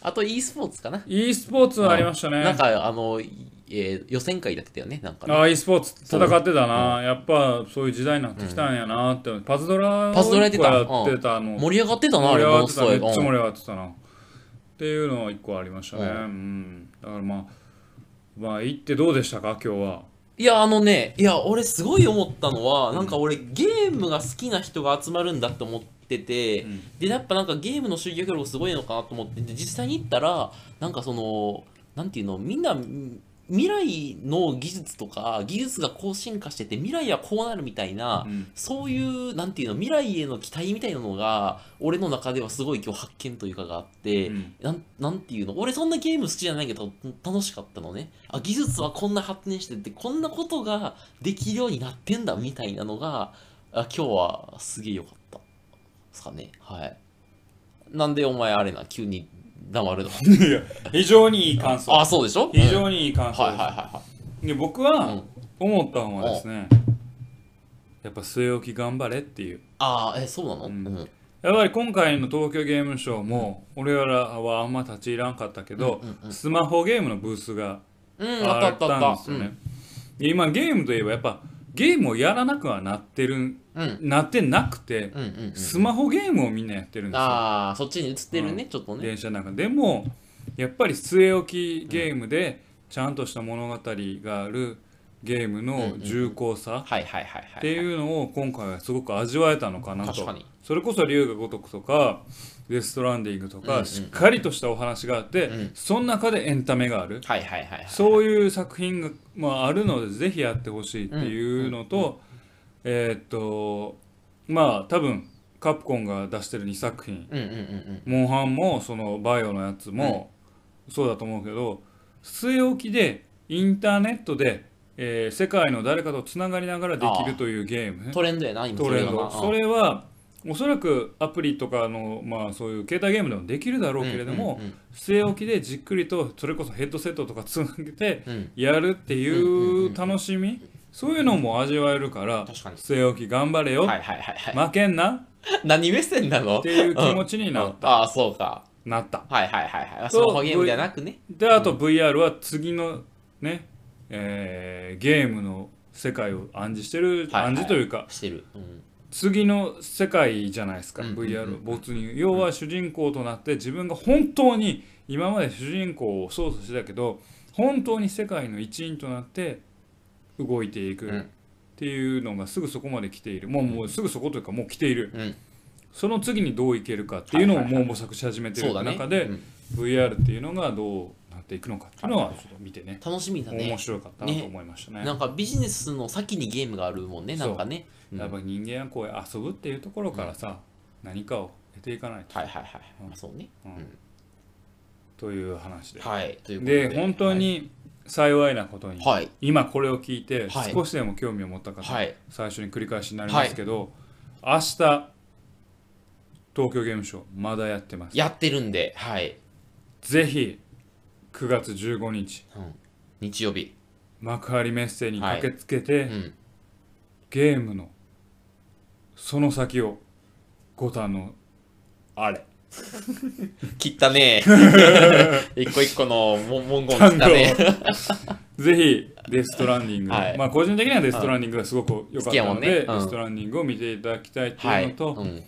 Speaker 2: あと e スポーツかな
Speaker 1: e スポーツはありました
Speaker 2: なん
Speaker 1: ね
Speaker 2: かあの、えー予選会だったよねなんかね
Speaker 1: ああ e スポーツ戦ってたなやっぱそういう時代になってきたんやなってパズドラを
Speaker 2: パズドラやってた
Speaker 1: 一個やってたの
Speaker 2: 盛り上がってたなあ
Speaker 1: 盛り
Speaker 2: れ
Speaker 1: 上が
Speaker 2: も
Speaker 1: っ
Speaker 2: す
Speaker 1: て
Speaker 2: ごい
Speaker 1: ためっちゃ盛
Speaker 2: うん
Speaker 1: り上がってたなっていうのは一個ありましたね、う
Speaker 2: うんん
Speaker 1: だからまあまあ行ってどうでしたか今日はい
Speaker 2: やあのねいや俺すごい思ったのはなんか俺ゲームが好きな人が集まるんだって思ってて、
Speaker 1: うん
Speaker 2: でやっぱなんかゲームの集客力すごいのかなと思ってで実際に行ったらなんかそのなんていうのみんなみ未来の技術とか技術がこう進化してて未来はこうなるみたいな、
Speaker 1: うん
Speaker 2: そういうなんていうの未来への期待みたいなのが俺の中ではすごい今日発見というかがあって、
Speaker 1: うん
Speaker 2: なんなんていうの俺そんなゲーム好きじゃないけど楽しかったのねあ技術はこんな発展しててこんなことができるようになってんだみたいなのがあ今日はすげえ良かったですかねはいなんでお前あれな急に
Speaker 1: [LAUGHS]
Speaker 2: 黙るの
Speaker 1: いや非常にいい感想
Speaker 2: あそうでしょ
Speaker 1: 非常にいい感
Speaker 2: うんはい
Speaker 1: 想
Speaker 2: はい
Speaker 1: です、
Speaker 2: はいは
Speaker 1: で僕
Speaker 2: い、う
Speaker 1: は
Speaker 2: ん、
Speaker 1: 思ったのはですね、やっぱ据え置き頑張れっていう
Speaker 2: ああえそうなの、
Speaker 1: う
Speaker 2: うんん
Speaker 1: やっぱり今回の東京ゲームショウも俺らはあんま立ち入らんかったけど、
Speaker 2: うんうんうん
Speaker 1: スマホゲームのブースが
Speaker 2: うん、あった
Speaker 1: あ
Speaker 2: あ
Speaker 1: っ
Speaker 2: った
Speaker 1: た
Speaker 2: あ
Speaker 1: ん
Speaker 2: っ
Speaker 1: で
Speaker 2: た
Speaker 1: すよね、で今ゲームといえばやっぱゲームをやらなくはなってるん
Speaker 2: うんうん
Speaker 1: なってなくて、
Speaker 2: うんうんうん
Speaker 1: スマホゲームをみんなやってるんですよ、
Speaker 2: ああそっちに映ってるね、ちょっとね
Speaker 1: 電車の中でもやっぱり据え置きゲームでちゃんとした物語があるゲームの重厚さ
Speaker 2: はいはいはいはい
Speaker 1: っていうのを今回はすごく味わえたのかな
Speaker 2: 確
Speaker 1: と
Speaker 2: かに
Speaker 1: それこそ龍が如くとかデストランディングと
Speaker 2: うん
Speaker 1: か、
Speaker 2: うん
Speaker 1: しっかりとしたお話があって、
Speaker 2: うん
Speaker 1: その中でエンタメがある、
Speaker 2: はいはいはいはい
Speaker 1: そういう作品が、まあ、あるのでぜひやってほしいっていうのと、えーっとまあ多分カプコンが出してる2作品
Speaker 2: うんうんうんうん
Speaker 1: 「モンハン」もそのバイオのやつもそうだと思うけど据え置きでインターネットでえー世界の誰かとつながりながらできるというゲームね
Speaker 2: トレンドやな、今
Speaker 1: トレン
Speaker 2: がな
Speaker 1: ド
Speaker 2: うん
Speaker 1: それはおそらくアプリとかのまあそういう携帯ゲームでもできるだろうけれども
Speaker 2: うんうん
Speaker 1: 据え置きでじっくりとそれこそヘッドセットとかつなげて
Speaker 2: うんうん
Speaker 1: やるって
Speaker 2: うんうんう
Speaker 1: い
Speaker 2: ん
Speaker 1: う楽しみそういうのも味わえるから
Speaker 2: 確かに
Speaker 1: 据え置き頑張れよ
Speaker 2: はいはいはいはい。
Speaker 1: 負けんな
Speaker 2: 何目線なの
Speaker 1: っていう気持ちにな
Speaker 2: うんああ、そうか。
Speaker 1: なった
Speaker 2: はいはいはいはい。ス
Speaker 1: そう
Speaker 2: マホゲームじゃなくね。
Speaker 1: であと VR は次のねえーゲームの世界を暗示してる
Speaker 2: はいはい
Speaker 1: 暗示というか
Speaker 2: してる。うん。
Speaker 1: 次の世界じゃないですか
Speaker 2: うんうんうん
Speaker 1: VR 没入要は主人公となって自分が本当に今まで主人公を操作してたけど本当に世界の一員となって動いていく
Speaker 2: うん
Speaker 1: っていうのがすぐそこまで来ているもうもうすぐそこというかもう来ている
Speaker 2: うん。
Speaker 1: その次にどういけるかっていうのを
Speaker 2: はいはい
Speaker 1: も
Speaker 2: は
Speaker 1: う
Speaker 2: い
Speaker 1: 模索し始めて
Speaker 2: そう
Speaker 1: る
Speaker 2: だね。
Speaker 1: 中
Speaker 2: う
Speaker 1: で
Speaker 2: ん
Speaker 1: VR っていうのがどうなっていくのかっていうのはちょっと見てね
Speaker 2: 楽しみだね
Speaker 1: 面。白かったなと思いましたね
Speaker 2: なんかビジネスの先にゲームがあるもんね、なんかね。うん
Speaker 1: や
Speaker 2: は
Speaker 1: っ
Speaker 2: い
Speaker 1: ぱ人間はこう遊ぶっていうところからさ何かを得ていかないと
Speaker 2: はいはい
Speaker 1: うん。
Speaker 2: そうね。
Speaker 1: うん
Speaker 2: うん
Speaker 1: という話で
Speaker 2: はい。ということ
Speaker 1: で本当。に幸いなことに
Speaker 2: はい。
Speaker 1: 今これを聞いて
Speaker 2: はい
Speaker 1: 少しでも興味を持った方
Speaker 2: はい。
Speaker 1: 最初に繰り返しになりますけど明日東京ゲームショウまだやってます
Speaker 2: やってるんで、はい。
Speaker 1: ぜひ9月15日
Speaker 2: うん日曜日。
Speaker 1: 幕張メッセに駆けつけ
Speaker 2: う
Speaker 1: て [LAUGHS]
Speaker 2: ん。
Speaker 1: ゲームのその先をご堪能あれ
Speaker 2: 切っ
Speaker 1: [LAUGHS]
Speaker 2: たね。一個一個の文文言切
Speaker 1: 単
Speaker 2: っ
Speaker 1: 語
Speaker 2: たね。
Speaker 1: を [LAUGHS] ぜひデストランディング、
Speaker 2: はい
Speaker 1: まあ個人的にはデストランディングがすごく良かったので、
Speaker 2: 好きやもんねうん
Speaker 1: デストランディングを見ていただきたいって
Speaker 2: はいい。
Speaker 1: うのと、
Speaker 2: うん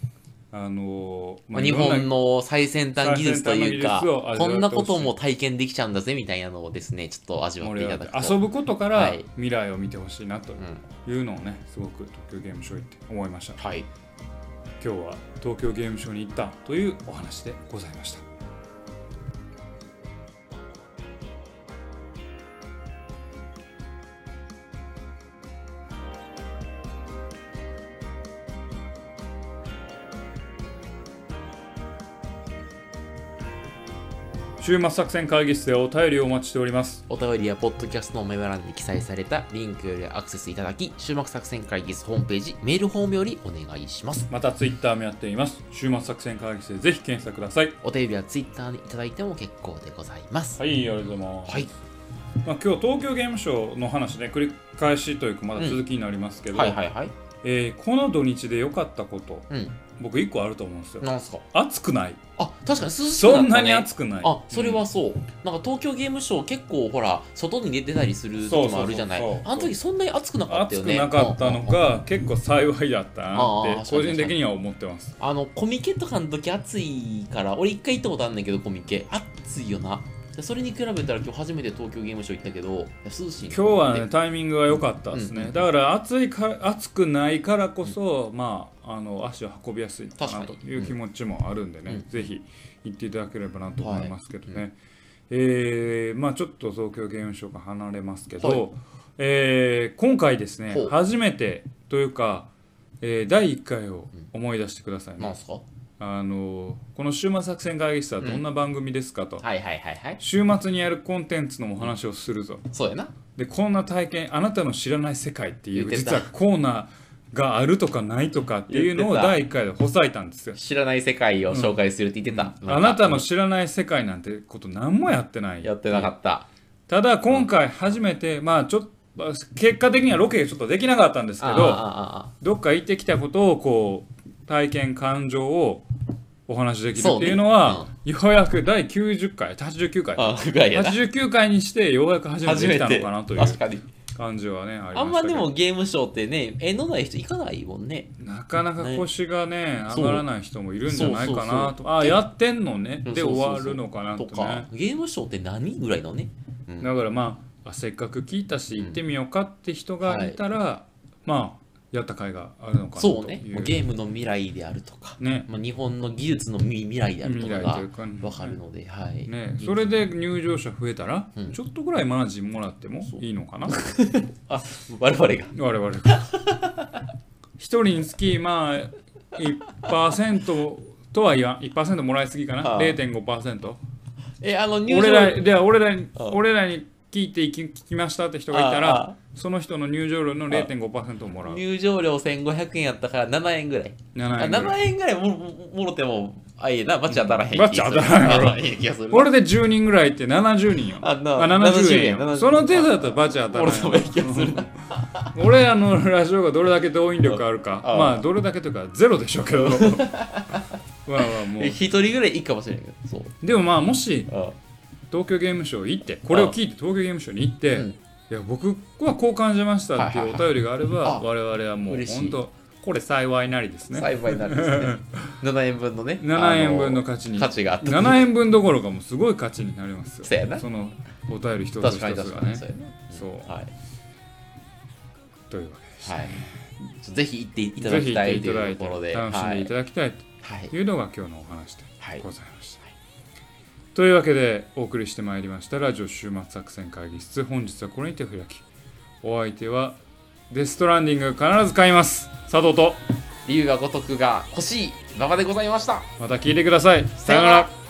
Speaker 1: あのー
Speaker 2: まあ、
Speaker 1: い
Speaker 2: 日
Speaker 1: ろんな
Speaker 2: 本の最先端技術というか
Speaker 1: 最先端の技術を味わってほしい
Speaker 2: こんなことも体験できちゃうんだぜみたいなのをですねちょっと味わっ
Speaker 1: 盛
Speaker 2: て
Speaker 1: り
Speaker 2: い
Speaker 1: 上
Speaker 2: た
Speaker 1: が
Speaker 2: だ
Speaker 1: っ
Speaker 2: く
Speaker 1: て
Speaker 2: と
Speaker 1: 遊ぶことか
Speaker 2: は
Speaker 1: ら
Speaker 2: い
Speaker 1: 未来を見てほしいなと
Speaker 2: うん
Speaker 1: いうのをねすごく東京ゲームショウ行って思いました
Speaker 2: はい
Speaker 1: 今日は東京ゲームショウに行ったというお話でございました週末作戦会議室でお便りをお待ちしております
Speaker 2: お便りやポッドキャストのメモ欄に記載されたリンクよりアクセスいただき終幕作戦会議室ホームページメールフォームよりお願いします
Speaker 1: またツイッターもやっています週末作戦会議室でぜひ検索ください
Speaker 2: お便りはツイッターにいただいても結構でございます
Speaker 1: はいありがとうございます
Speaker 2: はい
Speaker 1: まあ、今日東京ゲームショウの話ね繰り返しというかまだ続きになりますけど、
Speaker 2: はいはいはい
Speaker 1: えーこの土日で良かったこと
Speaker 2: うん
Speaker 1: 僕1個あると思うんですよ
Speaker 2: なんすか
Speaker 1: 暑くない
Speaker 2: あ確かに涼しくなった、ね、
Speaker 1: そんなに暑くない
Speaker 2: あそれはそう、なんか東京ゲームショウ結構ほら外に出てたりする時もあるじゃない
Speaker 1: そうそうそうそう
Speaker 2: あの時そんなに暑くな
Speaker 1: うん
Speaker 2: かった
Speaker 1: 暑
Speaker 2: よ
Speaker 1: く
Speaker 2: ね
Speaker 1: なかったの
Speaker 2: うんうんうん
Speaker 1: が結構幸いだった
Speaker 2: あ
Speaker 1: な
Speaker 2: あ
Speaker 1: って
Speaker 2: そう
Speaker 1: 個
Speaker 2: ですね
Speaker 1: 人的には思ってます
Speaker 2: あのコミケとかの時暑いから俺一回行ったことあるんだけどコミケ暑いよなでそれに比べたら今日初めて東京ゲームショウ行ったけどいや涼しい
Speaker 1: 今日はね
Speaker 2: ね
Speaker 1: タイミングが良かったです
Speaker 2: うんう
Speaker 1: ね
Speaker 2: ん
Speaker 1: だから暑いか暑くないからこそまああの足を運びやすいかな
Speaker 2: 確
Speaker 1: と
Speaker 2: かに
Speaker 1: いう気持ちもあるんで
Speaker 2: う
Speaker 1: ね
Speaker 2: ん
Speaker 1: ぜひ行っていただければなと思いますけどね、
Speaker 2: は
Speaker 1: えーまあちょっと東京ゲームショウが離れますけど、
Speaker 2: はい
Speaker 1: えー今回ですね
Speaker 2: ほう
Speaker 1: 初めてというか、えー第1回を思い出してください
Speaker 2: なん
Speaker 1: ね、
Speaker 2: すかは
Speaker 1: あのこの週末作戦会議室はどんな番組ですかと、
Speaker 2: いはいはいはい
Speaker 1: 週末にやるコンテンツのお話をするぞ
Speaker 2: そうやな
Speaker 1: でこんな体験あなたの知らない世界っていう
Speaker 2: 言って
Speaker 1: 実
Speaker 2: た
Speaker 1: はコーナーがあるとかないとかっていうのを
Speaker 2: 言ってた
Speaker 1: 第1回でほさいたんですよ
Speaker 2: 知らない世界を紹介するって言ってた、
Speaker 1: あなたの知らない世界なんてこと何もやってない
Speaker 2: やってなかった
Speaker 1: ただ今回初めてまあちょっと結果的にはロケがちょっとできなかったんですけ
Speaker 2: あ
Speaker 1: ど
Speaker 2: あああ
Speaker 1: どっか行ってきたことをこう体験感情をお話しできる
Speaker 2: そう
Speaker 1: っ
Speaker 2: ね
Speaker 1: ていうのはようやく第90回89回
Speaker 2: ああぐらいやな
Speaker 1: 89回にしてようやく初めて
Speaker 2: 初
Speaker 1: で
Speaker 2: め
Speaker 1: き
Speaker 2: て
Speaker 1: たのかなという
Speaker 2: 確かに
Speaker 1: 感じはねありましたけど
Speaker 2: あんまでもゲームショーってね絵のない人行かないもんね
Speaker 1: なかなか腰がね
Speaker 2: そう
Speaker 1: 上がらない人もいるんじゃないか
Speaker 2: そう
Speaker 1: な
Speaker 2: そう
Speaker 1: とあやってんのねで
Speaker 2: そうそうそう
Speaker 1: 終わるのかなと
Speaker 2: と
Speaker 1: ね
Speaker 2: かゲームショーって何ぐらいのね、うん
Speaker 1: だからまああせっかく聞いたし行ってみようかって人がいたら、まあやった甲斐があるのかなという
Speaker 2: そうねもうゲームの未来であるとか、
Speaker 1: ね
Speaker 2: まあ、日本の技術の未未来であると
Speaker 1: 未
Speaker 2: か
Speaker 1: 来
Speaker 2: が
Speaker 1: というかね
Speaker 2: 分かるので、はい、
Speaker 1: ねそれで入場者増えたら、
Speaker 2: うん
Speaker 1: ちょっとぐらいマージンもらってもいいのかな
Speaker 2: あ [LAUGHS] 我々が
Speaker 1: 我々が一人につきまあ1%とは言わん1%もらいすぎかな
Speaker 2: ああ
Speaker 1: 0.5%
Speaker 2: えあの入場
Speaker 1: 俺らで俺らに
Speaker 2: あ
Speaker 1: 俺らに聞いていき聞きましたって人がいたら
Speaker 2: あ
Speaker 1: その人の入場料の0.5%をもらう
Speaker 2: 入場料1500円やったから7円ぐらい
Speaker 1: 7円ぐら
Speaker 2: 7
Speaker 1: い
Speaker 2: 円ぐらいもももろてもあいいなバチ当たらへん気
Speaker 1: バ
Speaker 2: が
Speaker 1: チ
Speaker 2: す
Speaker 1: 当
Speaker 2: る
Speaker 1: たらへんやろ
Speaker 2: あいい気がする
Speaker 1: これで10人ぐらいって70人よ
Speaker 2: あな
Speaker 1: 70円
Speaker 2: 70
Speaker 1: よ
Speaker 2: 円
Speaker 1: その程度だったらバチ当た
Speaker 2: も
Speaker 1: ら
Speaker 2: ろ
Speaker 1: ない
Speaker 2: てもいい気がするな
Speaker 1: 俺あのラジオがどれだけ動員力あるか
Speaker 2: ああ
Speaker 1: まあどれだけというかゼロでしょう
Speaker 2: [LAUGHS]
Speaker 1: けどまあまあも
Speaker 2: 1
Speaker 1: う
Speaker 2: 人ぐらいいいかもしれんけどそう
Speaker 1: でもまあもし
Speaker 2: あ
Speaker 1: 東京ゲームショウ行ってこれを聞いて東京ゲームショウに行って、
Speaker 2: うん
Speaker 1: いや僕はこう感じましたっていうお便りがあれば、
Speaker 2: はいはい
Speaker 1: 我々はもう
Speaker 2: 嬉しい
Speaker 1: 本当これ幸いなりですね
Speaker 2: 幸いになるんですね7円分のね
Speaker 1: 7円分の
Speaker 2: あ
Speaker 1: 価値に
Speaker 2: の価値があ [LAUGHS] った
Speaker 1: 7円分どころかもうすごい価値になりますよ
Speaker 2: そうやな
Speaker 1: そのお便り一つ一
Speaker 2: 確
Speaker 1: つ
Speaker 2: かに確
Speaker 1: が
Speaker 2: か
Speaker 1: ね
Speaker 2: にそうやな
Speaker 1: そう
Speaker 2: はい
Speaker 1: というわけです、
Speaker 2: はいぜひ行っていただ
Speaker 1: ぜひ
Speaker 2: き
Speaker 1: 行ったて
Speaker 2: い
Speaker 1: い
Speaker 2: と
Speaker 1: ただ
Speaker 2: いう
Speaker 1: い
Speaker 2: と
Speaker 1: て
Speaker 2: ころで
Speaker 1: 楽しんでいただきたいと
Speaker 2: はい
Speaker 1: いうのが今日のお話で
Speaker 2: はい
Speaker 1: ございました、というわけでお送りしてまいりましたラジオ終末作戦会議室本日はこれにて開きお相手はデストランディング必ず買います佐藤と
Speaker 2: 理由が如くが欲しい馬場でございました
Speaker 1: また聞いてくださいさよな
Speaker 2: さよ
Speaker 1: ら
Speaker 2: なら